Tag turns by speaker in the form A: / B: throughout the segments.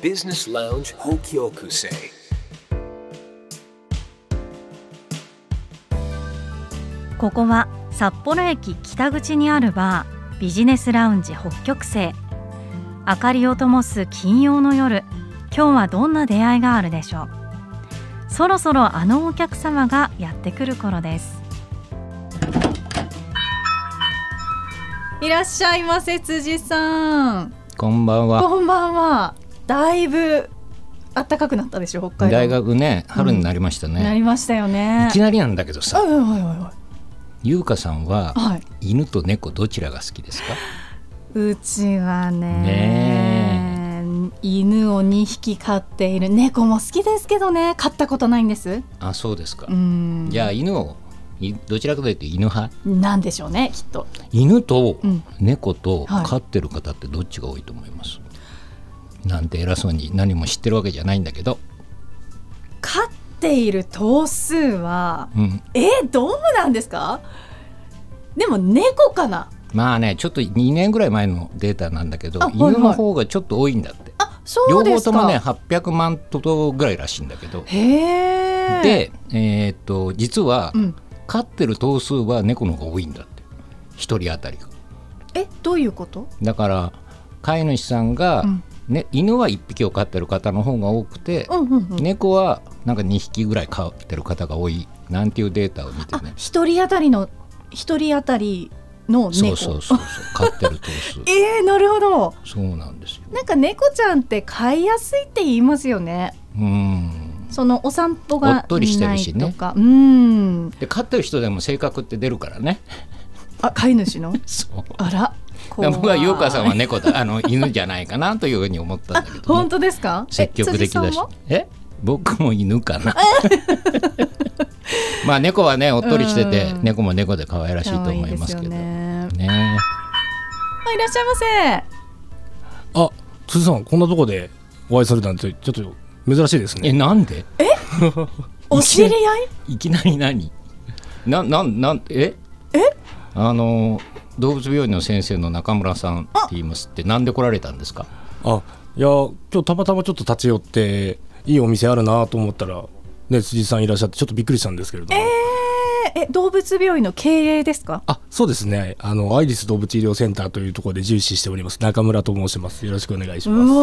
A: Business Lounge Hokyokusei.
B: 「ここは札幌駅北口にあるバービジネスラウンジ北極星」明かりを灯す金曜の夜今日はどんな出会いがあるでしょうそろそろあのお客様がやってくる頃ですいらっしゃいませ辻さん
C: こんばんは。
B: こんばんはだいぶ暖かくなったでしょ北海道
C: 大学ね、春になりました
B: な
C: ね。
B: りましたよね
C: いきなりなんだけど
B: は
C: さ、
B: いはいはいは
C: 優香さんはい
B: はい
C: 犬と猫どちらが好きですか？
B: うちはね
C: ね
B: 犬を2匹飼っている猫も好きですけどね飼ったことないんです
C: あ、そうですか
B: う。ん
C: じゃあ犬をいどちらかというと犬派？
B: なんでしょうねきっと
C: 犬と
B: うん
C: 猫と
B: はい
C: 飼ってる方ってどっちが多いと思います？なんて偉そうに何も知ってるわけじゃないんだけど、
B: 飼っている頭数は
C: うん、
B: えーどうなんですかでも猫かな
C: まあねちょっと2年ぐらい前のデータなんだけど
B: あはいはい
C: 犬の方がちょっと多いんだって
B: あそ
C: 両
B: うで
C: 方
B: す
C: と
B: か
C: もね800万頭ぐらいらしいんだけど
B: へえ
C: で、えーっと実は、
B: うん、
C: 飼ってる頭数は猫の方が多いんだって一人当たりが
B: えどういうこと
C: だから飼い主さんが、
B: うん
C: ね、犬は1匹を飼ってる方の方が多くて、
B: うんうんうん
C: 猫はなんか2匹ぐらい飼ってる方が多いなんていうデータを見て
B: あ
C: ね
B: 一人当たりの一人当たりの猫
C: そうそうそうそう飼ってる頭数
B: えー、なるほど
C: そうなんですよ
B: なんか猫ちゃんって飼いやすいって言いますよね
C: うん
B: そのお散歩が
C: おっとりしてるしね
B: ないとかうん
C: で飼ってる人でも性格って出るからね
B: あ飼い主の
C: そう
B: あら
C: だから僕は優香さんは
B: ね
C: 猫だあの犬じゃないかなというふうに思ったんだけど、ね
B: 本、当ですかえ
C: 積極的だ
B: 辻
C: し
B: さんも
C: え僕も犬かな まあ猫はねおっとりしてて
B: うん
C: 猫も猫で可愛らしいと
B: 可愛
C: 思
B: い
C: い
B: で
C: ますす
B: よ
C: けどね
B: ね
C: え
B: あいらっしゃいま
D: あ、辻さん、こんなとこでお会いされたなんて、ちょっと珍しいです
C: え
D: ね。
C: なんで
B: せお知り合い
C: いきなり何ななんなんえあの動物病院の先生の中村さんって言いますってなんで来られたんですか
D: あ、いや、今日たまたまちょっと立ち寄って、いいお店あるなと思ったら、ね、辻さんいらっしゃって、ちょっとびっくりしたんですけれども。
B: えーえ動物病院の経営ですか
D: あ、そうですね。あの、アイリス動物医療センターというところで重視しております。中村と申します。よろしくお願いし
B: う
D: ます。
B: わ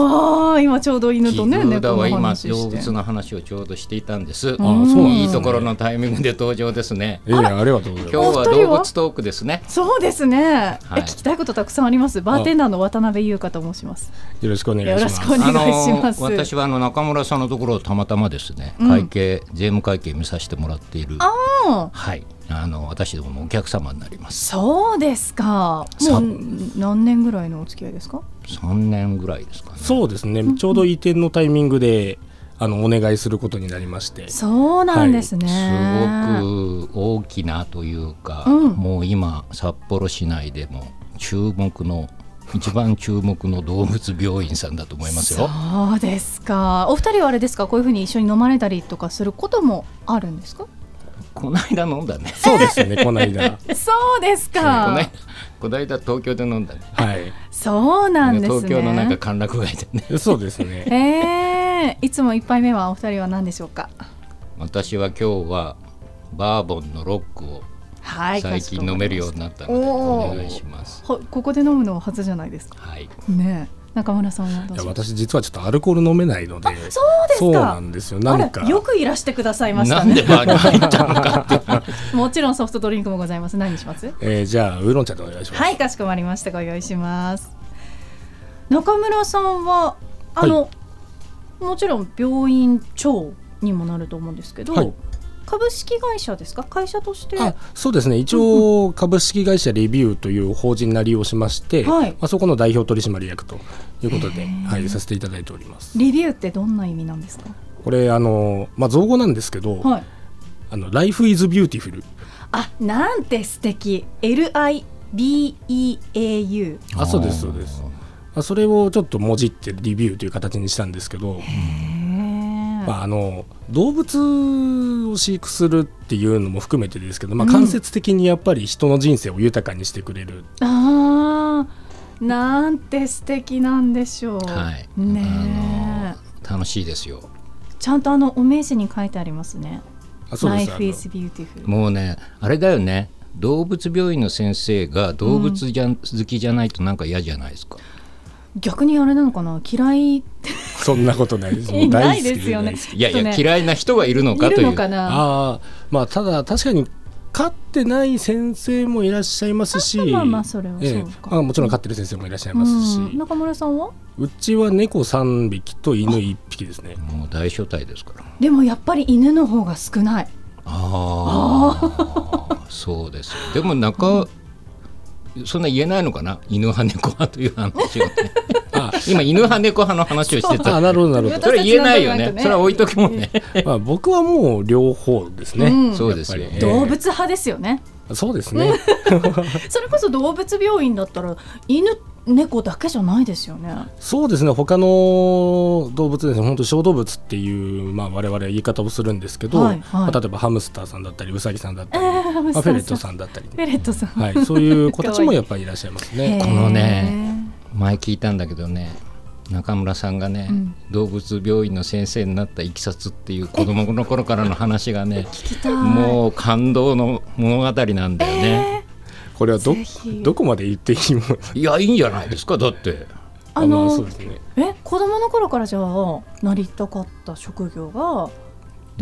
B: ー今ちょうど犬とね
C: 木
B: 猫
C: 村
B: の
C: は今
B: 話
C: 動
B: して
C: 物の話をちょうどしていたんです
D: あ、そうなん
C: い
D: で
C: い
D: すね
C: ところのタイミングで登場ですね
D: ええ、ありがとうございます。
C: 今日は
B: お二人
C: 動
B: は
C: 物トークですね
B: そうですね、
C: はい
B: え聞きたいことたくさんありますバーテンダーの渡辺優香と申します
D: よろしくお願いします。
B: よろしくお願いします
C: あの
B: ます
C: 私はあの中村さんのところをたまたまですね、
B: うん
C: 会計税務会計見させてもらっている
B: ああ
C: はいあの私どものお客様になります
B: そうですかも
C: さ
B: う何年ぐらいのお付き合いですか
C: 3年ぐらいですかね
D: そうですね。ちょうど移転のタイミングで、あの、お願いすることになりまして。
B: そうなんですね、
C: すごく大きなというか、
B: うん
C: もう今札幌市内でも注目の一番注目の動物病院さんだと思いますよ
B: そうですかお二人はあれですかこういうふうに一緒に飲まれたりとかすることもあるんですか
C: こないだ飲んだね
D: そうですね。こ の間。
B: そうです
C: こな
B: か
C: いこないだ東京で飲んだね
D: はい。
B: そうなんですね
C: 東京のなんか歓楽街でね
D: そうですね。
B: えー、いつも一杯目はお二人は何でしょうか
C: 私は今日はバーボンのロックを
B: はい
C: 最近飲めるようになったので
B: おー
C: お願いします。
B: ほここで飲むのは初じゃないですか
C: はい。
B: ねえ中村さんはど
D: いうや
B: します
D: 私実はちょっとアルコール飲めないのでそう
B: ですか
D: なんですよなんか
B: あらよくいらしてくださいまし
C: な
B: た
C: んで
B: ね
C: バーに入ったのかって。
B: もちろんソフトドリンクもございます何にします
D: えーじゃあウーロン茶でお願いします、
B: はい、かしこまりました。ご用意します。中村さんは、あの、もちろん病院長にもなると思うんですけど。
D: はい
B: 株式会社ですか、会社として。
D: あそうですね一応株式会社レビューという法人なりをしまして、
B: はい
D: まあ、そこの代表取締役ということ
B: へ
D: で、
B: ー
D: はい、させていただいております
B: レビューってどんな意味なんですか。
D: これあの、まあ、造語なんですけど「
B: はい。
D: あの Life is Beautiful
B: あ、なんて素敵。L. I. B. E. A. U.。」
D: あそうですそうです、まあ、それをちょっともじってレビューという形にしたんですけど、まあ、あの動物を飼育するっていうのも含めてですけど、まあ、
B: うん
D: 間接的にやっぱり人の人生を豊かにしてくれる、
B: ああ。なんて素敵なんでしょう。
C: はい。
B: ねえ
C: あの楽しいですよ
E: ちゃんとあのお名刺に書いてありますね
D: あそうです
E: Life is beautiful
C: もうねあれだよね動物病院の先生が動物じゃ、好きじゃないとなんか嫌じゃないですか
E: 逆にあれなのかな嫌い
D: あのそんなことな いです
E: いないですよね
D: もう大好き大好き
C: いやいや、
E: ちょっとね
C: 嫌いな人がいるのか
E: い
C: と
E: る
C: いう
E: のかな
D: ああまあただ確かに飼ってない先生もいらっしゃいますし
E: まあまあそれは
D: え
E: そ
D: え
E: うか、
D: まあ、もちろん飼ってる先生もいらっしゃいますし、
E: うん中村さんは
D: うちは猫3匹と犬1匹です ね
C: もう大所帯ですから
E: でもやっぱり犬の方が少ない
C: ああそうですよでも中、そんな言えないのかな犬派猫派という話をね
D: あ
C: 今犬派猫派の話をしてた
D: あなるほどなるほ
E: 私
C: そ
E: たち
C: れ言えないよ
E: な
C: ね
E: んとなくね
C: それは置いとくもんね、
D: ど、まあ、僕はもう両方ですね、
E: うん
C: そうですよ
D: やっぱり
E: 動物派ですよね、
D: そうですね
E: それこそ動物病院だったら犬猫だけじゃないですよね
D: そうですね他の動物ですね本当小動物っていう、まあ、我々は言い方をするんですけど、
E: はいはい
D: まあ、例えばハムスターさんだったりウサギさんだったり、
E: ええハムスターさん
D: まあ、フェレットさんだったり、
E: フェレットさん、
D: はい、そういう子たちもやっぱりいらっしゃいますね。
C: こ のね前聞いたんだけどね中村さんがね、
E: うん
C: 動物病院の先生になったいきさつっていう子供の頃からの話がね
E: 聞きたい
C: もう感動の物語なんだよね、
D: これはど
E: ぜひ
D: どこまで言っていいもの
C: いやいいんじゃないですかだって
E: あ
D: まあ
E: の
D: そうですね。
E: え子供の頃からじゃあなりたかった職業が動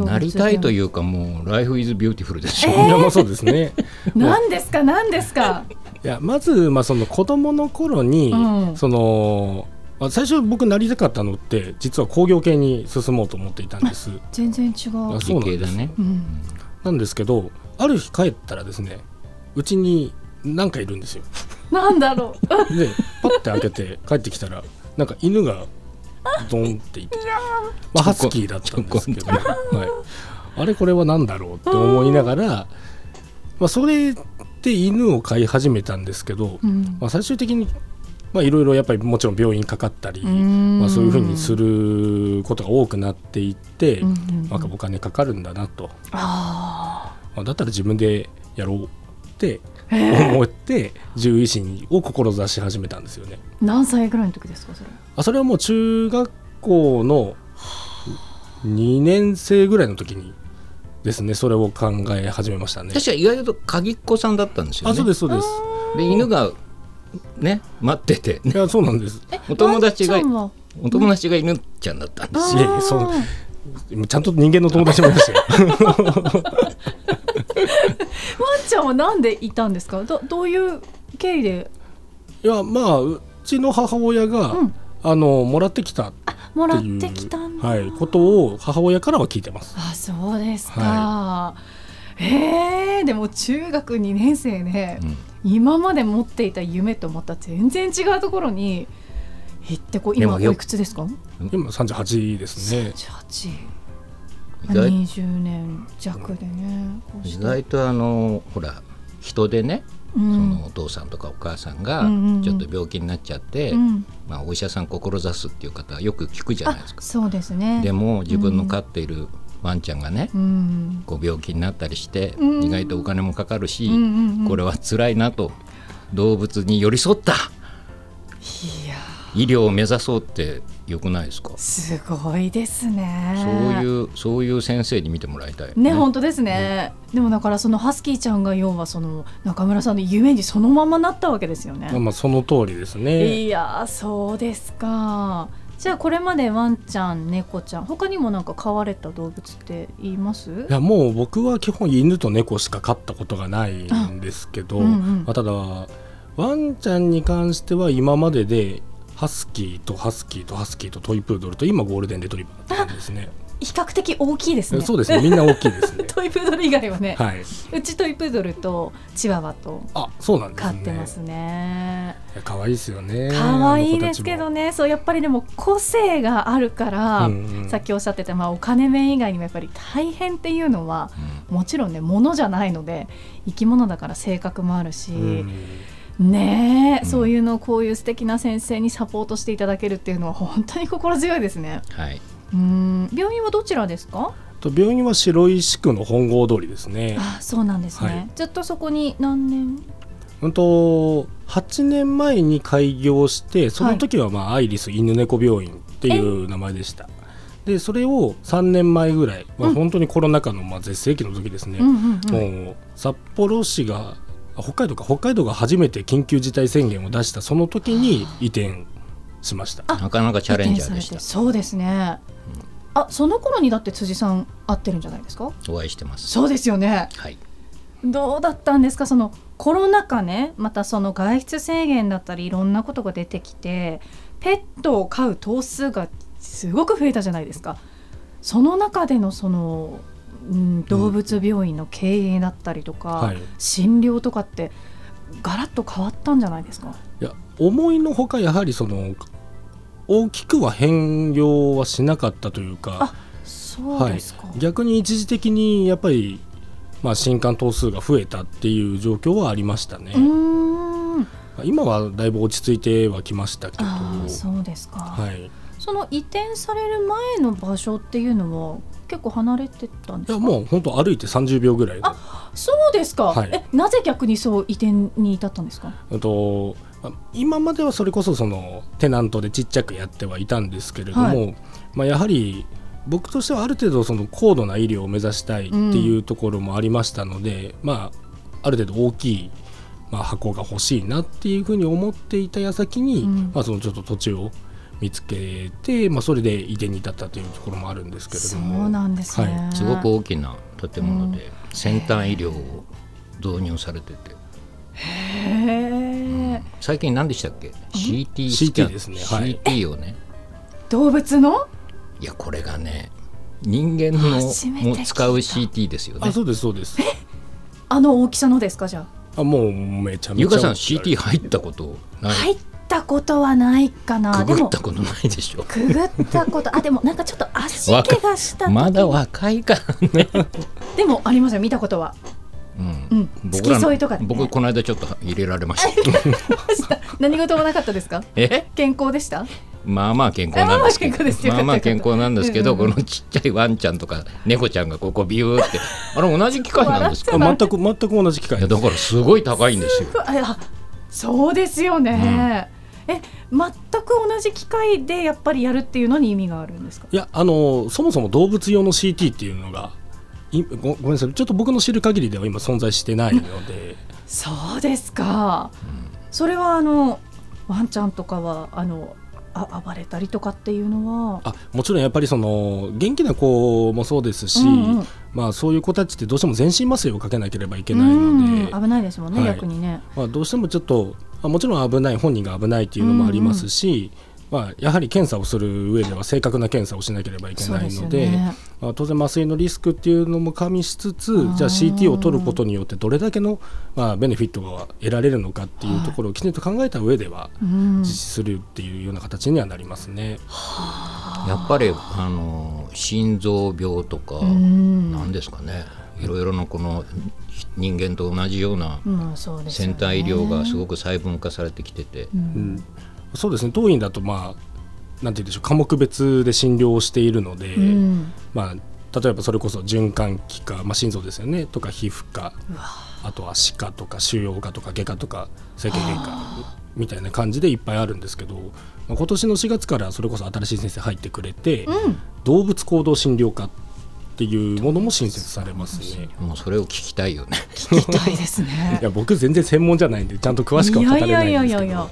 E: 物
C: なりたいと
E: う
C: いうかもう「Life is Beautiful」ですよ、
D: いやまあそうですね。
E: 何ですか何ですか
D: いやまずまあその子供の頃に、
E: うん
D: そのまあ最初僕なりたかったのって実は工業系に進もうと思っていたんです。
E: 全然違う
D: あ、 そ
C: 理
D: うなん
C: 系
D: で
C: だ
D: す
C: ね
E: うん、
D: なんですけどある日帰ったらですねうちに何かいるんですよ。
E: なんだろう
D: でパッて開けて帰ってきたらなんか犬がドンっていて、まあ、ハスキーだったんですけど、はい、あれこれは何だろうって思いながら、まあ、それで犬を飼い始めたんですけど、
E: うん
D: まあ、最終的にまあいろいろやっぱりもちろん病院かかったり、まあ、そういうふうにすることが多くなっていって、
E: うんうんうん
D: なんかお金かかるんだなと、
E: あ
D: まあ、だったら自分でやろうって思って獣医師を志し始めたんですよね。
E: ー何歳ぐらいの時ですかそれ
D: あそれはもう中学校の2年生ぐらいの時にですねそれを考え始めましたね。
C: 確か意外と鍵っ子さんだったんですよね
D: あそうですそうです。
C: で犬がね待っててね
D: いやそうなんです。
C: お友達が
E: ワンちゃんは
C: お友達が犬ちゃんだったんです
D: いやいやそうちゃんと人間の友達もいました よ。
E: ワンちゃんはなんでいたんですかどどういう経緯で
D: いやまあうちの母親が、
E: うん
D: あのもらってきたっ
E: も
D: て
E: らっ
D: いう
E: てきたんだ、
D: はい、ことを母親からは聞いてます。
E: あそうですか、えーでも中学2年生ね、
C: うん
E: 今まで持っていた夢とまた全然違うところに行ってこう今
C: でもよ
E: おいくつですか
D: 今38ですね。
E: 18
C: 意外
E: 20年弱でね、こう
C: 意
E: して
C: 外とあのほら人でね
E: う
C: そ
E: ん
C: のお父さんとかお母さん
E: うんうんうん
C: がちょっと病気になっちゃって、
E: うん
C: まあ、お医者さん志すっていう方はよく聞くじゃない
E: あ
C: ですか。
E: そうですね
C: でも自分の飼っているワンちゃんがね、
E: うん
C: こう病気になったりして、
E: うん
C: 意外とお金もかかるし、
E: うんうんうん
C: これは辛いなと動物に寄り添った
E: いや
C: 医療を目指そうってよくないですか、
E: すごいですね
C: そういうそういう先生に見てもらいたいよ
E: ね本当ですね、でもだからそのハスキーちゃんが要はその中村さんの夢にそのままなったわけですよね、
D: まあまあその通りですね。
E: いやーそうですかじゃあこれまでワンちゃん猫ちゃん他にもなんか飼われた動物って言います
D: いやもう僕は基本犬と猫しか飼ったことがないんですけ
E: あ
D: ど、
E: うんうん
D: まあ、ただワンちゃんに関しては今まででハスキーとハスキーとハスキーとトイプードルと今ゴールデンレトリバーなんですね。
E: 比較的大きいですね
D: そうですねみんな大きいですね
E: 。トイプードル以外はね、
D: はいう
E: ちトイプードルとチワワと
D: あそうなんです
E: 飼
D: ね。
E: ってますね
D: いや可愛いですよね。
E: 可愛いですけど
D: ね。
E: ねそうやっぱりでも個性があるから、
D: うんうん
E: さっきおっしゃってた、まあ、お金面以外にもやっぱり大変っていうのはもちろんね物じゃないので生き物だから性格もあるし、
D: うん
E: ねえ、そういうのをこういう素敵な先生にサポートしていただけるっていうのは本当に心強いですね。
C: はい、
E: うん病院はどちらですか
D: と病院は白石区の本郷通りですね。
E: あそうなんですね、
D: はい
E: ずっとそこに何年
D: うんと8年前に開業してその時はまあアイリス犬猫病院っていう名前でした。でそれを3年前ぐらい、ま
E: う
D: あ、
E: ん
D: 本当にコロナ禍のまあ絶世紀の時ですね、
E: うんうんうん
D: もう札幌市があ北海道か北海道が初めて緊急事態宣言を出したその時に移転しました
C: なかなかチャレンジャーでし
E: 移転さ
C: た
E: れてそうですね、あその頃にだって辻さん会ってるんじゃないですか
C: お会いしてます
E: そうですよね
C: はい
E: どうだったんですかそのコロナ禍ねまたその外出制限だったりいろんなことが出てきてペットを飼う頭数がすごく増えたじゃないですかその中でのその、うん、動物病院の経営だったりとか、
D: はい
E: 診療とかってガラッと変わったんじゃないですか
D: いや思いのほかやはりその大きくは変容はしなかったというか
E: そうですか、
D: はい、逆に一時的にやっぱり、まあ、新刊頭数が増えたっていう状況はありましたね、
E: うーん
D: 今はだいぶ落ち着いてはきましたけど
E: ああそうですか、
D: はい、い
E: その移転される前の場所っていうのは結構離れてたんです
D: や
E: か
D: もう本当歩いて30秒ぐらいで
E: あそうですか、
D: はい
E: えなぜ逆にそう移転に至ったんですか
D: あとまあ今まではそれこそそのテナントでちっちゃくやってはいたんですけれども、
E: は
D: まあ、やはり僕としてはある程度その高度な医療を目指したいっていうところもありましたので、まあ、ある程度大きい、まあ、箱が欲しいなっていうふうに思っていた矢先に、
E: うん
D: まあ、そのちょっと土地を見つけて、まあ、それで移転に至ったというところもあるんですけれ
E: そ
D: ど
E: う
D: も。
E: なんですね、
D: は
C: すごく大きな建物で先端医療を導入されてて
E: へえ
C: 最近何でしたっけ CT ス
D: CT
C: キャン
D: ですねはい
C: CT をね
E: 動物の
C: いやこれがね人間の
E: 初めて聞い
C: も
E: た
C: 使う CT ですよね
D: あそうですそうです
E: あの大きさのですかじゃ
D: あもうめちゃめちゃ
C: ゆかさん
D: 大き
C: CT
D: い
C: 入ったこと
E: あ、
C: ない
E: 入ったことはないかな
C: く
E: で
C: ぐっ
E: も
C: たことないでしょ
E: くぐったことあでもなんかちょっと足
C: わか
E: 怪我した時
C: まだ若いからね、
E: でもありますよ見たことは
C: うん
E: うん付き添いとかで、ね、
C: 僕この間ちょっと入れられま した
E: 何事もなかったですか
C: え
E: 健康でした
C: まあまあ健康なんですけ
E: あまあまあ健康です
C: ど
E: よ
C: まあまあ健康なんですけど、
E: うんうんうん
C: このちっちゃいワンちゃんとか猫ちゃんがここビューってあれ同じ機械なんですか
D: あ全く全く同じ機
C: い
D: 械
C: や
D: です
C: だからすごい高いんですよ
E: ああそうですよね、え全く同じ機械でやっぱりやるっていうのに意味があるんですか
D: いやあのそもそも動物用の CT っていうのがいごごめんなさいちょっと僕の知る限りでは今存在してないので
E: そうですか、それはあのワンちゃんとかはあのあ暴れたりとかっていうのは
D: あもちろんやっぱりその元気な子もそうですし、
E: うんうん
D: まあ、そういう子たちってどうしても全身麻酔をかけなければいけ
E: う
D: ないの
E: ん
D: で、
E: 危ないですもんね、
D: はい
E: 逆にね
D: まあ、どうしてもちょっとあもちろん危ない本人が危ないっていうのもありますし、まあ、やはり検査をする上では正確な検査をしなければいけ
E: そう
D: ない
E: ですよ
D: ので。
E: ね
D: まあ、当然麻酔のリスクっていうのも加味しつつ
E: ー
D: じゃあ CT を取ることによってどれだけの、まあ、ベネフィットが得られるのかっていうところをきちんと考えた上では
E: うん
D: 実施するっていうような形にはなりますね。
C: やっぱりあの心臓病とか、
E: うん
C: なんですかねいろいろなこの人間と同じような
E: うんそうですよ
C: 先
E: ね
C: 端医療がすごく細分化されてきてて、
D: うんそうですね当院だと、まあ、なんて言うんでしょう科目別で診療をしているので、
E: うん
D: まあ、例えばそれこそ循環器科、まあ、心臓ですよねとか皮膚科あとは歯科とか腫瘍科とか外科とか整形外科みたいな感じでいっぱいあるんですけど、まあ、今年の4月からそれこそ新しい先生入ってくれて、
E: ん
D: 動物行動診療科っていうものも新設されますね。
C: もうそれを聞きたいよね
E: 聞きたいですね
D: いや僕全然専門じゃないんでちゃんと詳しくは語れないんですけど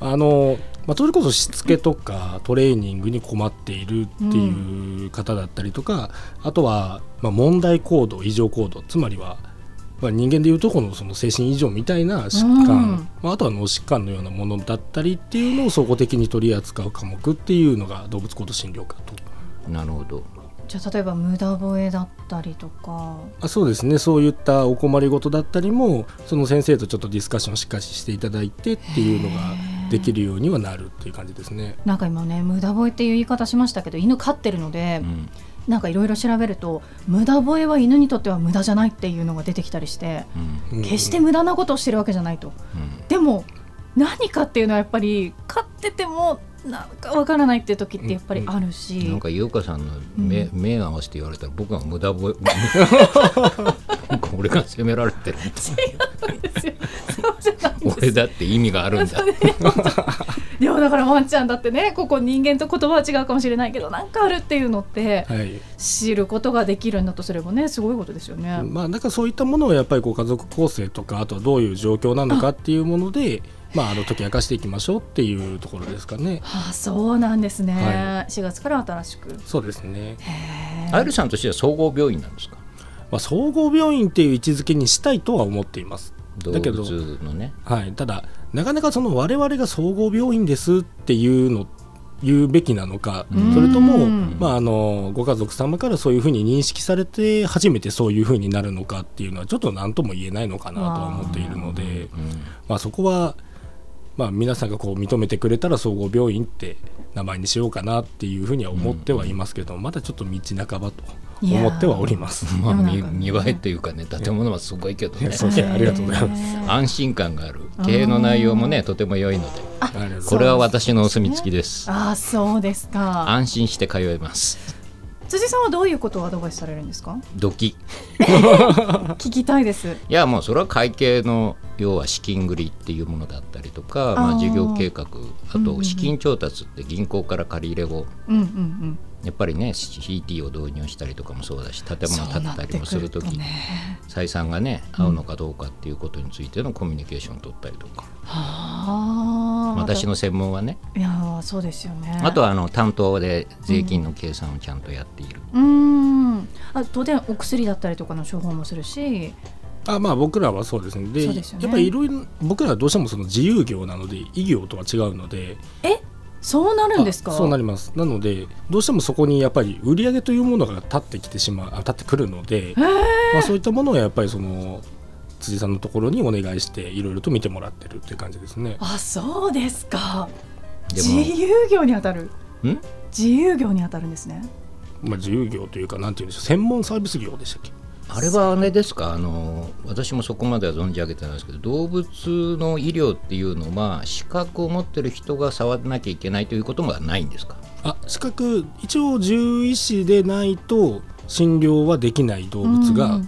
D: あの、まあ、それこそしつけとかトレーニングに困っているっていう方だったりとか、あとは、まあ、問題行動異常行動つまりは、まあ、人間でいうとこのその精神異常みたいな疾患、
E: うん
D: まあ、あとは脳疾患のようなものだったりっていうのを総合的に取り扱う科目っていうのが動物行動診療科と。
C: なるほど
E: じゃあ例えば無駄吠えだったりとか
D: あそうですねそういったお困りごとだったりもその先生とちょっとディスカッションをしっかりしていただいてっていうのができるようにはなるっていう感じですね。
E: なんか今ね無駄吠えっていう言い方しましたけど犬飼ってるので、
C: ん
E: なんかいろいろ調べると無駄吠えは犬にとっては無駄じゃないっていうのが出てきたりして、
C: うん
D: うん
E: 決して無駄なことをしてるわけじゃないと、
C: うん
E: でも何かっていうのはやっぱり飼っててもなんかわからないっていう時ってやっぱりあるし、
C: なん か優香さんの目,、目合わせて言われたら僕が無駄 ぼ なんか俺が責められてる
E: そうじゃないんです
C: 俺だって意味があるんだ
E: いやだからワンちゃんだってねここ人間と言葉は違うかもしれないけどなんかあるっていうのって
D: はい
E: 知ることができるんだとすればねすごいことですよね。
D: まあ、なんかそういったものをやっぱりこう家族構成とかあとはどういう状況なのかっていうものでまあ、あの解き明かしていきましょうっていうところですかね。
E: はあそうなんですね、
D: は
E: 4月から新しく。
D: そうですね、
E: へ
C: あゆるさんとしては総合病院なんですか
D: まあ、総合病院っていう位置づけにしたいとは思っています。
C: 動
D: だけど
C: 物のね
D: はい、ただなかなかその我々が総合病院ですっていうの言うべきなのか、
E: うん
D: それとも、
E: うん
D: まあ、あのご家族様からそういうふうに認識されて初めてそういうふうになるのかっていうのはちょっと何とも言えないのかなとは思っているので、まあ、そこは、まあ、皆さんがこう認めてくれたら総合病院って名前にしようかなっていうふうには思ってはいますけど、まだちょっと道半ばと
E: いやー
D: 思ってはおります。
C: まあ、
E: でもなん
C: 見
E: か。
C: 見栄えというかね建物はすごいけどね
D: えそうですねありがとうございます
C: 安心感がある経営の内容もねとても良いので
D: ありがとうございます
C: これは私のお墨付きです
E: ああそうですか。
C: 安心して通えます
E: 辻さんはどういうことをアドバイスされるんですか。
C: ドキ
E: 聞きたいです。
C: いやもうそれは会計の要は資金繰りっていうものだったりとかま
E: あー
C: あ、事業計画あ
E: うんうんう
C: と
E: ん
C: 資金調達って銀行から借り入れを
E: うんうんうん。
C: やっぱりね CT を導入したりとかもそうだし建物建てたりもするとき
E: そうなって
C: に
E: くとね。
C: 採算がね合うのかどうかっていうことについてのコミュニケーションを取ったりとか、
E: はあ。
C: 私の専門はね
E: いやーそうですよね。
C: あとはあの担当で税金の計算をちゃんとやっている、
E: うーん。あ当然お薬だったりとかの処方もするし。
D: あまあ僕らはそうですねで
E: そうですよね
D: やっぱりいろいろ僕らはどうしてもその自由業なので異業とは違うので
E: そうなるんですか。
D: あそうなりますなのでどうしてもそこにやっぱり売り上げというものが立ってきてしまうあ立ってくるので、まあ、そういったものをやっぱりその辻さんのところにお願いしていろいろと見てもらってるっていう感じですね
E: あそうですか。
C: で
E: 自
C: も
E: 由業に当たる。
C: ん
E: 自由業に当たるんですね。
D: まあ自由業というかなんていうんでしょう専門サービス業でしたっけ
C: あれはあれですかあの私もそこまでは存じ上げてないですけど動物の医療っていうのは資格を持ってる人が触らなきゃいけないということはないんですか
D: あ資格一応獣医師でないと診療はできない動物が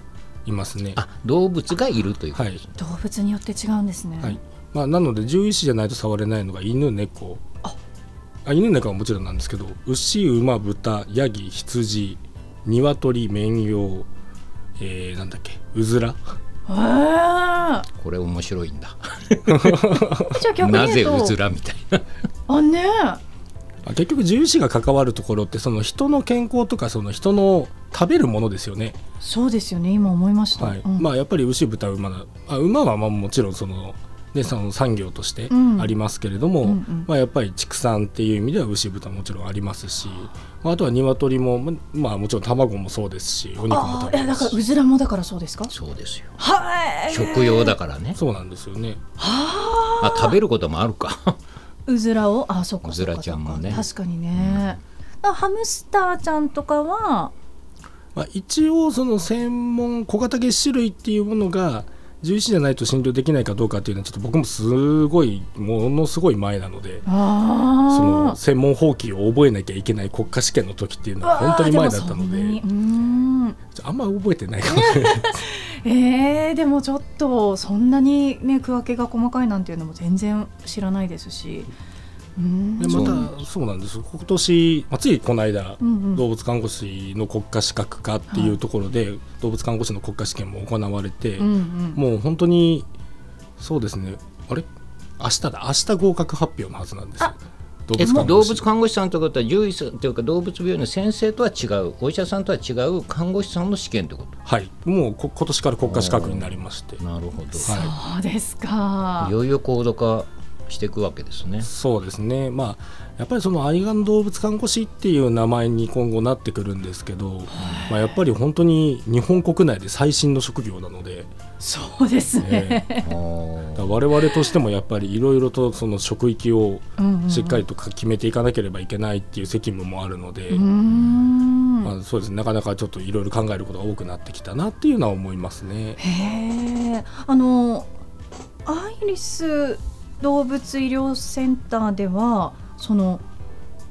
D: いますね、
C: あ動物がいるということ
D: は
C: で
D: い
C: すね、
E: 動物によって違うんですね。
D: はいまあ、なので獣医師じゃないと触れないのが犬猫あ犬猫はもちろんなんですけど牛馬豚ヤギ羊鶏綿羊、えー、なんだっけうずら
E: へー
C: これ面白いんだ
E: じゃあ逆
C: な
E: に
C: ぜ
E: 言う
C: う
E: と
C: ずらみたいな
E: あね
D: あ結局獣医師が関わるところってその人の健康とかその人の食べるものですよね、
E: そうですよね今思いました、
D: はい
E: うん
D: まあ、やっぱり牛豚馬なあ馬はまあもちろんその,、ね、その産業として
E: うん
D: ありますけれども、
E: うんうん
D: まあ、やっぱり畜産っていう意味では牛豚もちろんありますし、まあ、あとは鶏も、ままあ、もちろん卵もそうですしお肉も
E: あ
D: 食
E: あ
D: べ
E: え
D: ま
E: だか
D: す
E: らう
D: し
E: ずらもだからそうですか
C: そうですよ
E: は い
C: 食用だからね
D: そうなんですよね
E: は
C: あ食べることもあるか
E: あうずらをあそうか
C: うずらちゃんもね
E: そうかそうか確かにね、だからハムスターちゃんとかは
D: まあ、一応その専門小型月種類っていうものが獣医師じゃないと診療できないかどうかっていうのはちょっと僕もすごいものすごい前なのでその
E: あ
D: 専門法規を覚えなきゃいけない国家試験の時っていうの
E: あ
D: は本当に前だったの
E: う
D: で
E: ーん
D: ちょあんま覚えてないかもしれない
E: えー、でもちょっとそんなにね区分けが細かいなんていうのも全然知らないですしうーん
D: でまたそうなんです今年、まあ、ついこの間、
E: うんうん
D: 動物看護師の国家資格化っていうところで、動物看護師の国家試験も行われて、
E: うんうん
D: もう本当にそうですねあれ明日だ明日合格発表のはずなんですよ動
C: え
D: 看
C: 動
D: 護師
C: 物看護師さんということは獣医さんというか動物病院の先生とは違うお医者さんとは違う看護師さんの試験というこ
D: はいもうこ今年から国家資格になりまして
C: となるほど
D: はい
E: そうですか
C: いよいよ高度化していくわけですね。
D: そうですねまあやっぱりその愛玩動物看護師っていう名前に今後なってくるんですけど、まあ、やっぱり本当に日本国内で最新の職業なので、
E: そうですね。
D: えー
C: あー
D: だから我々としてもやっぱりいろいろとその職域を
E: うんうん
D: しっかりと決めていかなければいけないっていう責務もあるので、
E: うーん
D: まあ、そうですねなかなかちょっといろいろ考えることが多くなってきたなっていうのは思いますね。
E: へえ。あのアイリス動物医療センターではその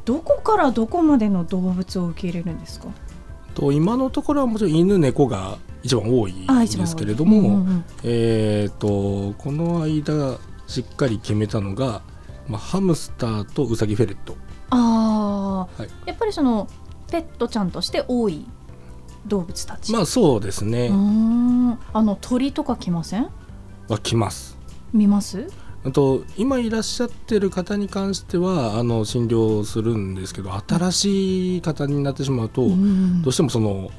E: どこからどこまでの動物を受け入れるんですか。
D: と今のところはもちろん犬猫が一番多い
E: あ
D: んで
E: 一番多い
D: すけれども、
E: うんうんうん
D: えー、とこの間しっかり決めたのがまあ、ハムスターとウサギフェレット
E: ああ、
D: はい
E: やっぱりそのペットちゃんとして多い動物たち、
D: まあそうです
E: う
D: ね
E: ーんあの鳥とか来ません
D: は来ます
E: 見ます
D: あと今いらっしゃってる方に関してはあの診療するんですけど新しい方になってしまうと、
E: ん
D: どうしてもその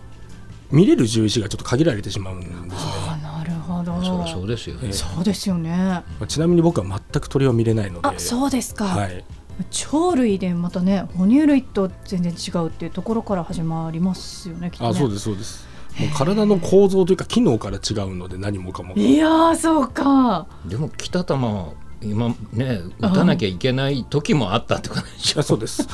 D: 見れる獣医師がちょっと限られてしまうんですね、
E: あーなるほど
C: そりゃそうですよね。
E: そうですよね
D: まあちなみに僕は全く鳥を見れないので
E: あそうですか、
D: はい、
E: 鳥類でまたね哺乳類と全然違うっていうところから始まりますよねきっとね
D: あそうですそうですもう体の構造というか機能から違うので何もかもが
E: いやーそうか
C: でも来た球は今ね打たなきゃいけない時もあったってことでしょ
D: あそうです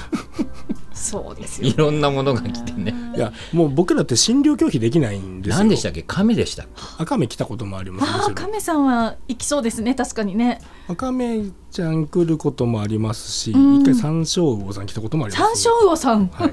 E: そうですよ
C: いろんなものが来てね。
D: いやもう僕らって診療拒否できないんですよ
C: 何でしたっけ亀でしたっ け
D: 赤目来たこともありますも
E: あ
D: ち
E: あ
D: ろん
E: 亀さんは行きそうですね確かにね
D: 赤目ちゃん来ることもありますし、
E: うん
D: 一回山椒魚さん来たこともあります
E: 山椒魚さん
D: は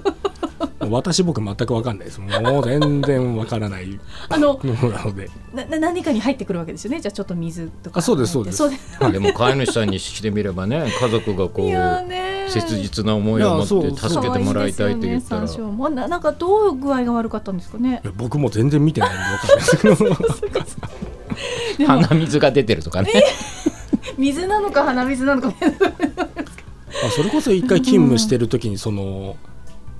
D: い、私僕全く分かん ないですもう全然分からない
E: あの
D: も のなので
E: なな何かに入ってくるわけですよねじゃあちょっと水とか
D: あそうですそうです
E: そうです
C: でも飼い主さんにしてみればね家族がこ
E: いやー
C: う
E: ねー
C: 切実な思いを持
D: いや
C: って
D: そう
C: 助けてもらいたいと言ったら
E: 可愛ですよね山椒もななんかどう具合が悪かったんですかね
D: いや僕も全然見てないんで分かんないですけど
E: でも
C: 鼻水が出てるとかね
E: 水なのか鼻水なのか
D: あそれこそ一回勤務してる時にその、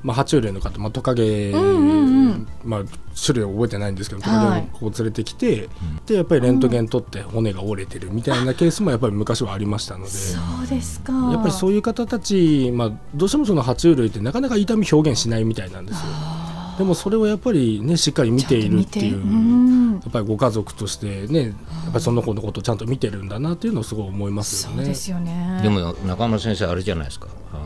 D: まあ、爬虫類の方、まあ、トカゲ、
E: うんうんうん
D: まあ、種類は覚えてないんですけどト
E: は
D: カ
E: い
D: ゲをこう連れてきて、でやっぱりレントゲン取って骨が折れてるみたいなケースもやっぱり昔はありましたので。
E: そうですか
D: やっぱりそういう方たち、まあ、どうしてもその爬虫類ってなかなか痛み表現しないみたいなんですよでもそれをやっぱりねしっかり見ているっていう
E: うん
D: やっぱりご家族としてねやっぱりその子のことをちゃんと見てるんだなっていうのをすごい思いますよ
E: そう
D: ね
E: ですよね
C: でも中村先生あれじゃないですかあの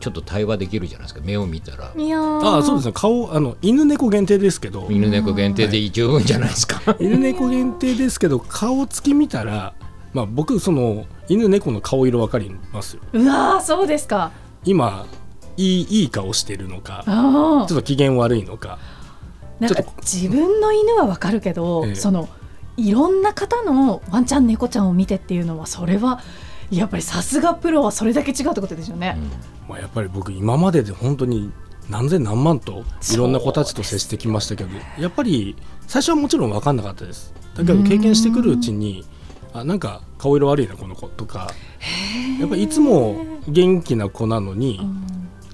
C: ちょっと対話できるじゃないですか目を見たら
E: いやー
D: ああそうですね顔あの犬猫限定ですけど
C: 犬猫限定で十分じゃないですか
D: 犬猫限定ですけど顔つき見たらまあ僕その犬猫の顔色わかりますよ
E: うわーそうですか
D: 今いいいい顔してるのかち
E: あ
D: ょっと機嫌悪いのか
E: あなん
D: ち
E: か
D: ょっ
E: 自分の犬はわかるけど、
D: ええ
E: そのいろんな方のワンちゃん猫ちゃんを見てっていうのはそれはやっぱりさすがプロはそれだけ違うってことですよね、
D: まあ、やっぱり僕今までで本当に何千何万といろんな子たちと接してきましたけど、やっぱり最初はもちろん分かんなかったですだけど経験してくるうちにあなんか顔色悪いなこの子とかやっぱりいつも元気な子なのに、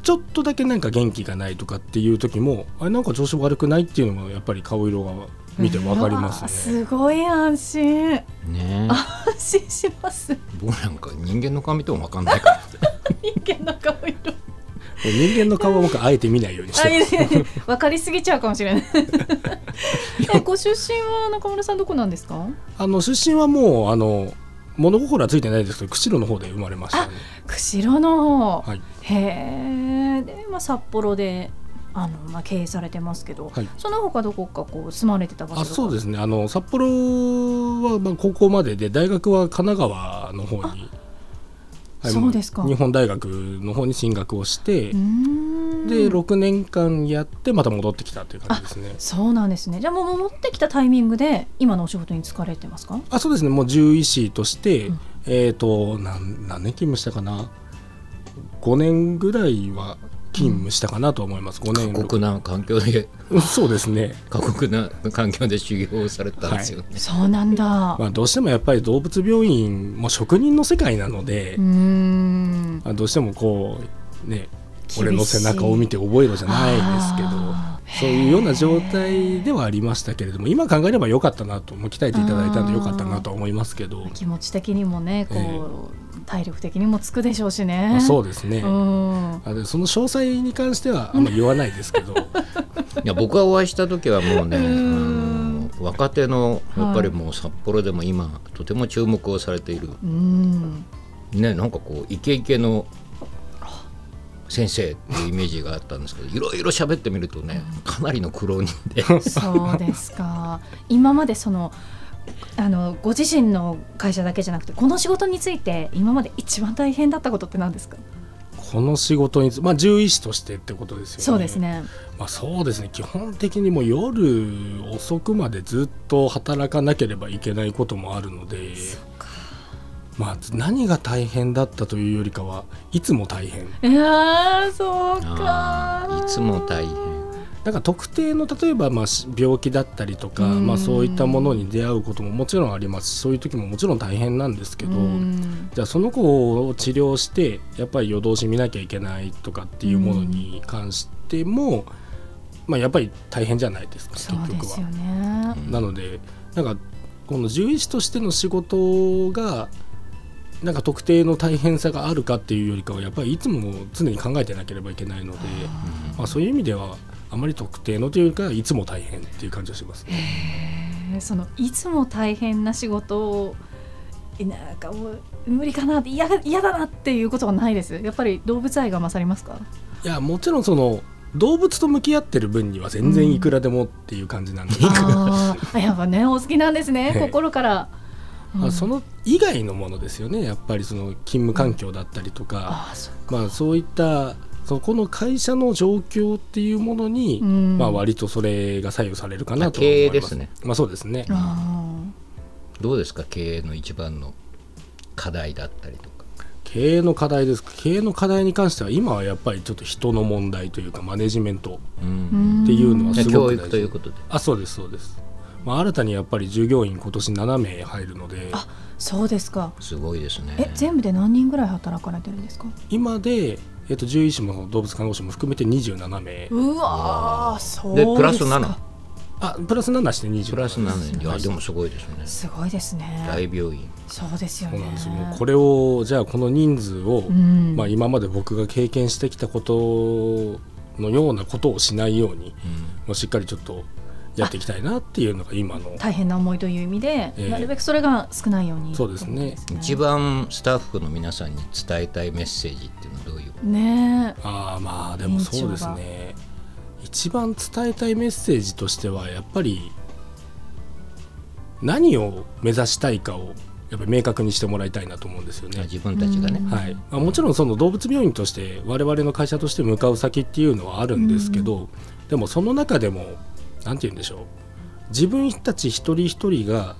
D: ちょっとだけなんか元気がないとかっていう時もあれなんか調子悪くないっていうのがやっぱり顔色が見て分かります
E: うわー
D: ね。
E: すごい安心
C: ね
E: 安心します
C: 僕なんか人間の髪とも分かんないから
E: 人間の顔色
D: 人間の顔は僕あえて見ないようにし
E: あい
D: て
E: や
D: ます
E: いやいや 分かりすぎちゃうかもしれないえご出身は中村さんどこなんですか
D: あの出身はもうあの物心はついてないですけど釧路の方で生まれましたね。
E: 釧路の方、
D: はい
E: へえで、まあ、札幌であの、まあ、経営されてますけど、
D: はい
E: その他どこかこう住まれてた場所
D: あ
E: とか
D: そうですねあの札幌はまあ高校までで大学は神奈川の方に、はい
E: そうですか
D: 日本大学の方に進学をして、
E: うーん
D: で6年間やってまた戻ってきたという感じですね
E: そうなんですねじゃあもう持ってきたタイミングで今のお仕事に就かれてますか
D: あそうですねもう獣医師として、
E: うん
D: えっ、となん何年勤務したかな5年ぐらいは勤務したかなと思います、5年
C: 過酷な環境で
D: うんそうですね
C: 過酷な環境で修行をされたんですよね、
E: そうなんだ、
D: まあ、どうしてもやっぱり動物病院も職人の世界なので、
E: うーん
D: あどうしてもこうね
E: 厳しい
D: 俺の背中を見て覚えろじゃない
E: あー
D: ですけどそういうような状態ではありましたけれども今考えれば良かったなともう鍛えていただいたんで良かったなとは思いますけど、
E: 気持ち的にもねこう、体力的にもつくでしょうしね、
D: まあ、そううですね、
E: ん
D: あでその詳細に関してはあんまり言わないですけ ど
C: いや僕がお会いした時はもうね、
E: うん
C: あの若手のやっぱりもう札幌でも今とても注目をされている、
E: うん
C: ねなんかこうイケイケの先生っていうイメージがあったんですけどいろいろ喋ってみるとねかなりの苦労人で
E: そうですか。今までそのあのご自身の会社だけじゃなくてこの仕事について今まで一番大変だったことって何ですか。
D: この仕事につまあ獣医師としてってことですよね
E: そうですね。
D: まあ、そうですね基本的にもう夜遅くまでずっと働かなければいけないこともあるのでまあ、何が大変だったというよりかはいつも大変
E: いやーそうか
C: あーいつも大変
D: だから特定の例えばまあし病気だったりとか、
E: うん
D: まあ、そういったものに出会うことももちろんありますしそういう時ももちろん大変なんですけど、
E: うん
D: じゃあその子を治療してやっぱり夜通し見なきゃいけないとかっていうものに関しても、まあ、やっぱり大変じゃないですか結
E: そうで
D: 局は
E: す。よね
D: なのでなんかこの獣医師としての仕事がなんか特定の大変さがあるかっていうよりかはやっぱりいつも常に考えてなければいけないので、まあ、そういう意味ではあまり特定のというかいつも大変っていう感じがしますね。
E: えーそのいつも大変な仕事をえなんかもう無理かなって嫌が嫌だなっていうことはないですやっぱり動物愛が勝りますか
D: いやもちろんその動物と向き合ってる分には全然いくらでもっていう感じなんで、
E: あーやっぱねお好きなんですね
D: ええ
E: 心から、
D: ま
E: うん
D: あ、その以外のものですよねやっぱりその勤務環境だったりとか、
E: あーそう
D: まあ、そういったそこの会社の状況っていうものに、
E: うん
D: まあ、割とそれが左右されるかなとは
C: まあ経営
D: 思います
C: ですね
D: まあ、そうですね
E: あ
C: どうですか経営の一番の課題だったりとか
D: 経営の課題ですか経営の課題に関しては今はやっぱりちょっと人の問題というかマネジメント
C: う
E: ーうんん
D: っていうのはすごく大
C: 教
D: 事
C: 育ということで
D: あそうですそうです、まあ、新たにやっぱり従業員今年7名入るので
E: そうですか
C: すごいですね
E: え全部で何人ぐらい働かれてるんですか
D: 今で、えっと、獣医師も動物看護師も含めて27名
E: うわーそう
C: で
E: ですか
C: プラス7
D: あプラス7して27
C: プラス7いや
D: はい
C: でもすごいですね
E: すごいですね
C: 大病院
E: そうですよ
D: そう
E: ね
D: なんですもうこれをじゃあこの人数を、
E: うん
D: まあ、今まで僕が経験してきたことのようなことをしないようにもうしっかりちょっとやっていきたいなっていうのが今の
E: 大変な思いという意味で、
D: ええ
E: なるべくそれが少ないように
D: そうです
E: っ
D: ね
E: てこと
C: 一番スタッフの皆さんに伝えたいメッセージっていうのはどういう
E: ねえ
D: ああまあでもそうですね一番伝えたいメッセージとしてはやっぱり何を目指したいかをやっぱり明確にしてもらいたいなと思うんですよね。
C: 自分たちがね
E: うん
D: はいまあ、もちろんその動物病院として我々の会社として向かう先っていうのはあるんですけど、でもその中でも何て言うんでしょう自分たち一人一人が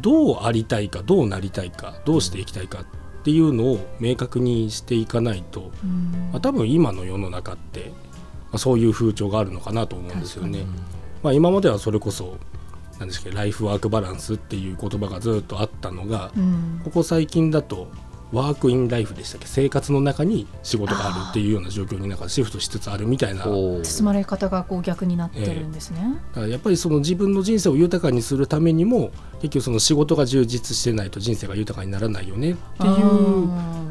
D: どうありたいかどうなりたいかどうしていきたいかっていうのを明確にしていかないと、
E: うん
D: まあ、多分今の世の中って、まあそういう風潮があるのかなと思うんですよね。まあ、今まではそれこそ何でしたっけライフワークバランスっていう言葉がずっとあったのが、
E: うん
D: ここ最近だとワークインライフでしたっけ生活の中に仕事があるっていうような状況になんかシフトしつつあるみたいなだ
C: おー
E: 包まれ方がこう逆になってるんですね、
D: からやっぱりその自分の人生を豊かにするためにも結局その仕事が充実してないと人生が豊かにならないよねっていう
E: あ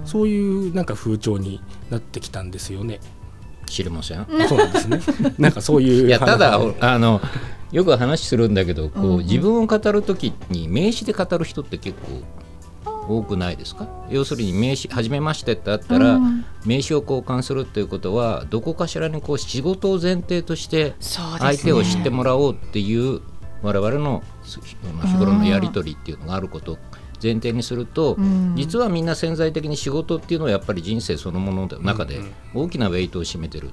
E: ー
D: そういうなんか風潮になってきたんですよね。
C: 知りません
D: そうなんで すね。なんかそういう
C: いやただ
D: 話
C: あのよく話するんだけどこう、
E: うん
C: 自分を語る時に名詞で語る人って結構多くないですか要するに名詞「初めまして」ってあったら、
E: うん
C: 名詞を交換するっていうことはどこかしらにこう仕事を前提として
E: そうですね
C: 相手を知ってもらおうっていう我々のすあの日頃のやり取りっていうのがあることを前提にすると、
E: うん
C: 実はみんな潜在的に仕事っていうのはやっぱり人生そのものの中で大きなウェイトを占めてる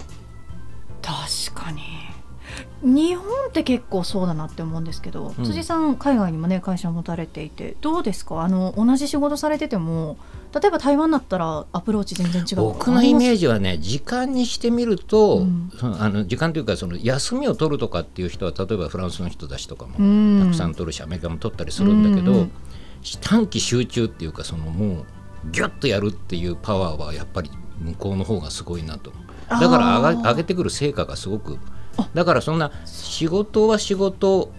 E: 確かに日本って結構そうだなって思うんですけど、
C: うん
E: 辻さん海外にもね会社を持たれていてどうですかあの同じ仕事されてても例えば台湾だったらアプローチ全然違う
C: 僕のイメー
E: ジ
C: ジはね時間にしてみると、
E: うん
C: そのあの時間というかその休みを取るとかっていう人は例えばフランスの人たちとかも
E: うん
C: たくさん取るし、アメリカも取ったりするんだけど、
E: うんうん
C: 短期集中っていうかそのもうギュッとやるっていうパワーはやっぱり向こうの方がすごいなとだから上が上げてくる成果がすごくだからそんな仕事は仕事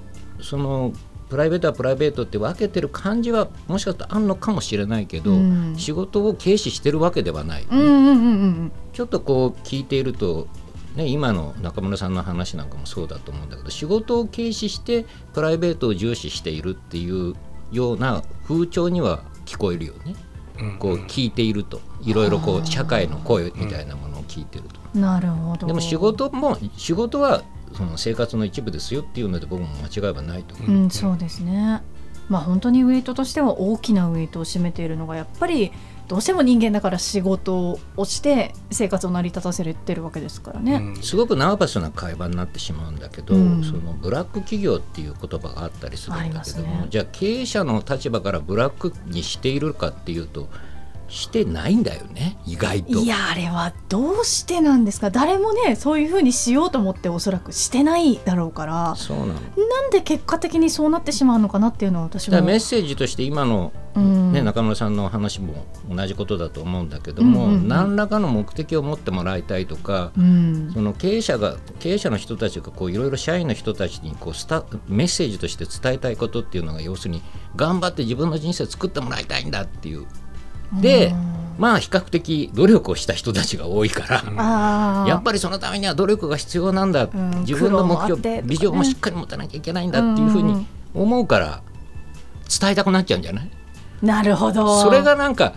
C: そのプライベートはプライベートって分けてる感じはもしかしたらあんのかもしれないけど、
E: うん
C: 仕事を軽視してるわけではない、
E: うんうんうんうん
C: ちょっとこう聞いていると、ね、今の中村さんの話なんかもそうだと思うんだけど仕事を軽視してプライベートを重視しているっていうような風潮には聞こえるよね。
D: うん
C: こう聞いているといろいろこう社会の声みたいなものを聞いてると。
E: うんなるほど
C: でも仕事も仕事はその生活の一部ですよっていうので僕も間違いはないと思う。
E: うん、そうですね。まあ本当にウェイトとしては大きなウェイトを占めているのがやっぱりどうしても人間だから仕事をして生活を成り立たせてるわけですからね。
D: うん
C: すごくナーバスな会話になってしまうんだけど、
E: うん
C: そのブラック企業っていう言葉があったりするんだけど
E: あります
C: も、
E: ね
C: じゃあ経営者の立場からブラックにしているかっていうとしてないんだよね意外と。
E: いやあれはどうしてなんですか誰もねそういうふうにしようと思っておそらくしてないだろうから
C: そうなのだか
E: なんで結果的にそうなってしまうのかなっていうのは私も
C: らメッセージとして今の、
E: うん
C: ね中村さんの話も同じことだと思うんだけども、
E: うんうんうん
C: 何らかの目的を持ってもらいたいとか、
E: うん
C: その経営者が経営者の人たちがこういろいろ社員の人たちにこうスタメッセージとして伝えたいことっていうのが要するに頑張って自分の人生作ってもらいたいんだっていうでまあ比較的努力をした人たちが多いから。
E: あー
C: やっぱりそのためには努力が必要なんだ、
E: うん
C: 自分の目
E: 苦労もあって
C: 標、
E: とかね
C: ビジョンもしっかり持たなきゃいけないんだっていうふうに思うから伝えたくなっちゃうんじゃない
E: なるほど
C: それがなんか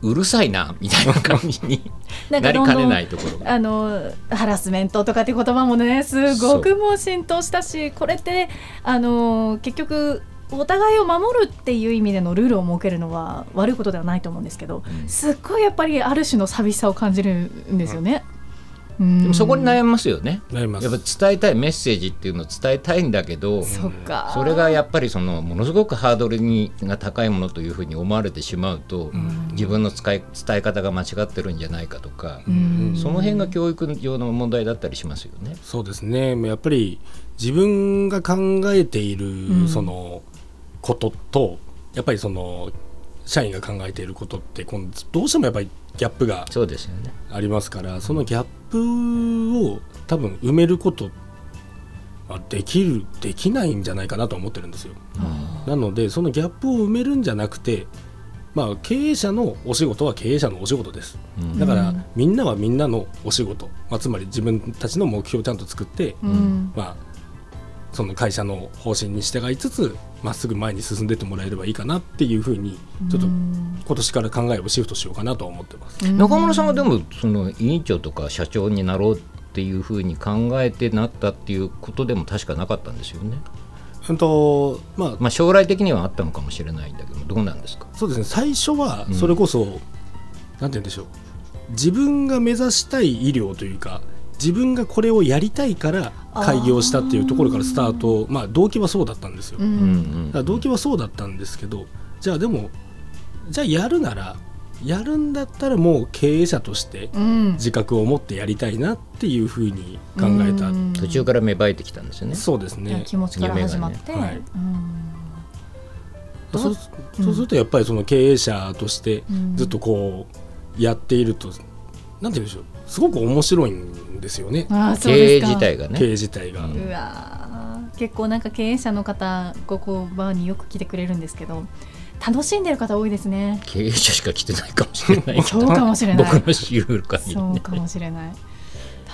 C: うるさいなみたいな感じに
E: なん
C: な
E: か
C: り
E: どん
C: か
E: どん
C: ねないところが
E: あのハラスメントとかって言葉もねすごくもう浸透したしこれってあの結局お互いを守るっていう意味でのルールを設けるのは悪いことではないと思うんですけど、
C: うん
E: すっごいやっぱりある種の寂しさを感じるんですよね。うん
C: でもそこに悩みますよね。
D: なります
C: やっぱ伝えたいメッセージっていうのを伝えたいんだけど
E: そっか
C: それがやっぱりそのものすごくハードルにが高いものというふうに思われてしまうと、自分の使い伝え方が間違ってるんじゃないかとか、
E: うん
C: その辺が教育上の問題だったりしますよね。
D: そうですねやっぱり自分が考えてい
E: ん
D: るそのことと、やっぱりその社員が考えていることってこのどうしてもやっぱりギャップが
C: そうですよね
D: ありますからそのギャップを多分埋めることはできるできないんじゃないかなと思ってるんですよ。なのでそのギャップを埋めるんじゃなくて、まあ、経営者のお仕事は経営者のお仕事です。
C: うん
D: だから、
E: うん
D: みんなはみんなのお仕事、まあ、つまり自分たちの目標をちゃんと作って、
E: うん
D: まあ、その会社の方針に従いつつまっすぐ前に進んでってもらえればいいかなっていうふうにちょっと今年から考えをシフトしようかなとは思ってます。
C: 中村さんはでもその委員長とか社長になろうっていうふうに考えてなったっていうことでも確かなかったんですよね。
D: うんとまあ、
C: まあ、将来的にはあったのかもしれないんだけどどうなんですか
D: そうですね最初は
C: うん
D: それこそ、なんて言うんでしょう自分が目指したい医療というか自分がこれをやりたいから開業したっていうところからスタートまあ動機はそうだったんですよ。
E: う
C: うんん
D: だから動機はそうだったんですけどじゃあでもじゃあやるならやるんだったらもう経営者として
E: うん
D: 自覚を持ってやりたいなっていうふうに考えた、
E: うん
C: 途中から芽生えてきたんですよね。
D: そうですね
E: 気持ちから始まって、
D: 夢がね
E: うんど
D: そうそうするとやっぱりその経営者として
E: うん
D: ずっとこうやっているとなんて言うんでしょうすごく面白いんですよね
E: あーそう
C: 経
E: で
C: 営
E: すか
C: 自体が
D: 経
C: ね。
D: 営自体
E: う
D: が。
E: わー結構なんか経営者の方ここバーによく来てくれるんですけど楽しんでる方多いですね
C: 経営者しか来てないかもしれないけ
E: そ
C: ど
E: うかもしれない
C: 僕の知る限り
E: そう
C: ね
E: かもしれない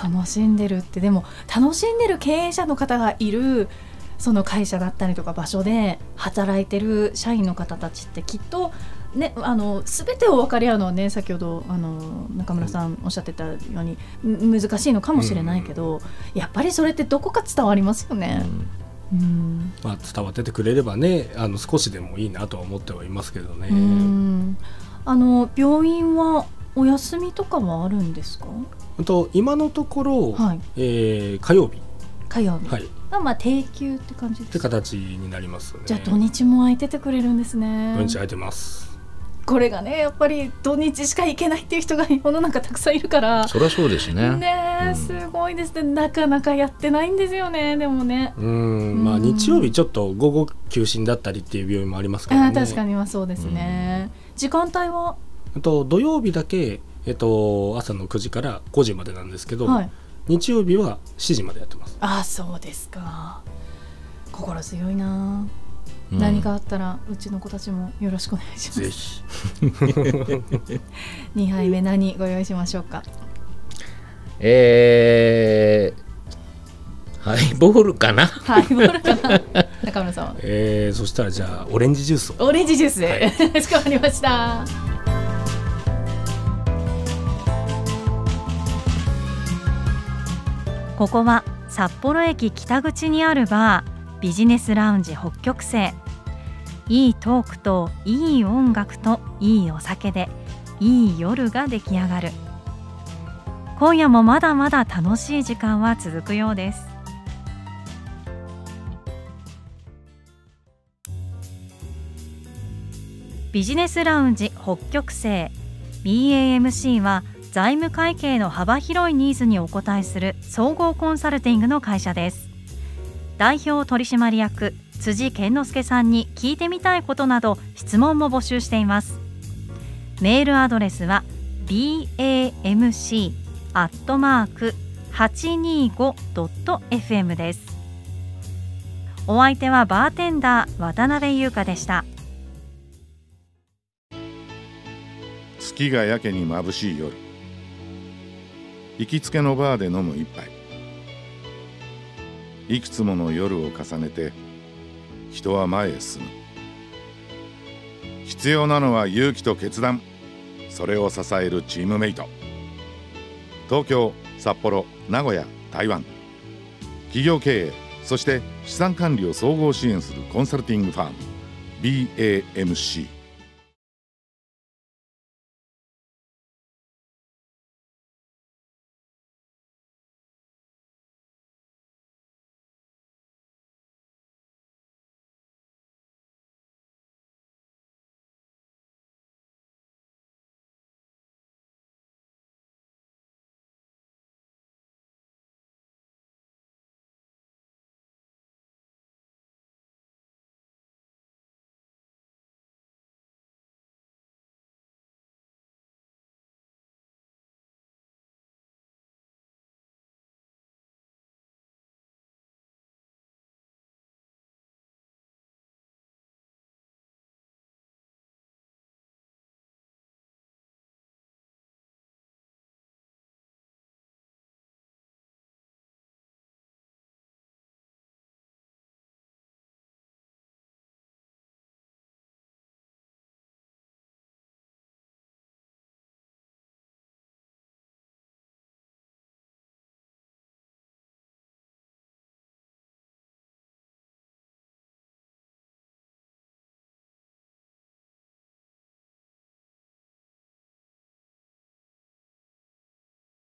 E: 楽しんでるってでも楽しんでる経営者の方がいるその会社だったりとか場所で働いてる社員の方たちってきっとね、あの全てを分かり合うのはね先ほどあの中村さんおっしゃってたようにむ難しいのかもしれないけど、やっぱりそれってどこか伝わりますよね。うん
D: まあ、伝わっててくれればねあの少しでもいいなとは思ってはいますけどね、
E: うんあの病院はお休みとかはあるんですか？
D: ほんと今のところ、
E: はい
D: えー火曜日、
E: 火曜日
D: はい、っ
E: がまあ定休って感じで
D: て
E: すか。
D: 形になりますね。
E: じゃあ土日も空いててくれるんですね。
D: 土日空いてます。
E: これがねやっぱり土日しか行けないっていう人が世の中たくさんいるから。
C: そりゃそうですね。
E: ねえ
C: うん
E: すごいですねなかなかやってないんですよねでもね。
D: うん、ま
E: う
D: あ
E: ん
D: 日曜日ちょっと午後休診だったりっていう病院もありますからね。
E: あー確かにはそうですね。時間帯は
D: あと土曜日だけえっと朝の9時から5時までなんですけど、
E: はい。
D: 日曜日は7時までやってます。
E: あーそうですか。心強いな。
C: うん
E: 何かあったらうちの子たちもよろしくお願いします。
D: ぜひ。
E: 二杯目何ご用意しましょうか。
C: えー、ハイボールかな
E: ハイボールかな。中村さんは。
D: えー、そしたらじゃあオレンジジュースを。
E: オレンジジュースで、 かしこまりました。
B: ここは札幌駅北口にあるバービジネスラウンジ北極星いいトークといい音楽といいお酒でいい夜が出来上がる今夜もまだまだ楽しい時間は続くようですビジネスラウンジ北極星 BAMC は財務会計の幅広いニーズにお応えする総合コンサルティングの会社です代表取締役辻健之介さんに聞いてみたいことなど質問も募集していますメールアドレスは bamc アットマーク 825.fm ですお相手はバーテンダー渡辺優香でした
F: 月がやけに眩しい夜行きつけのバーで飲む一杯いくつもの夜を重ねて人は前へ進む必要なのは勇気と決断それを支えるチームメイト東京札幌名古屋台湾企業経営そして資産管理を総合支援するコンサルティングファーム BAMC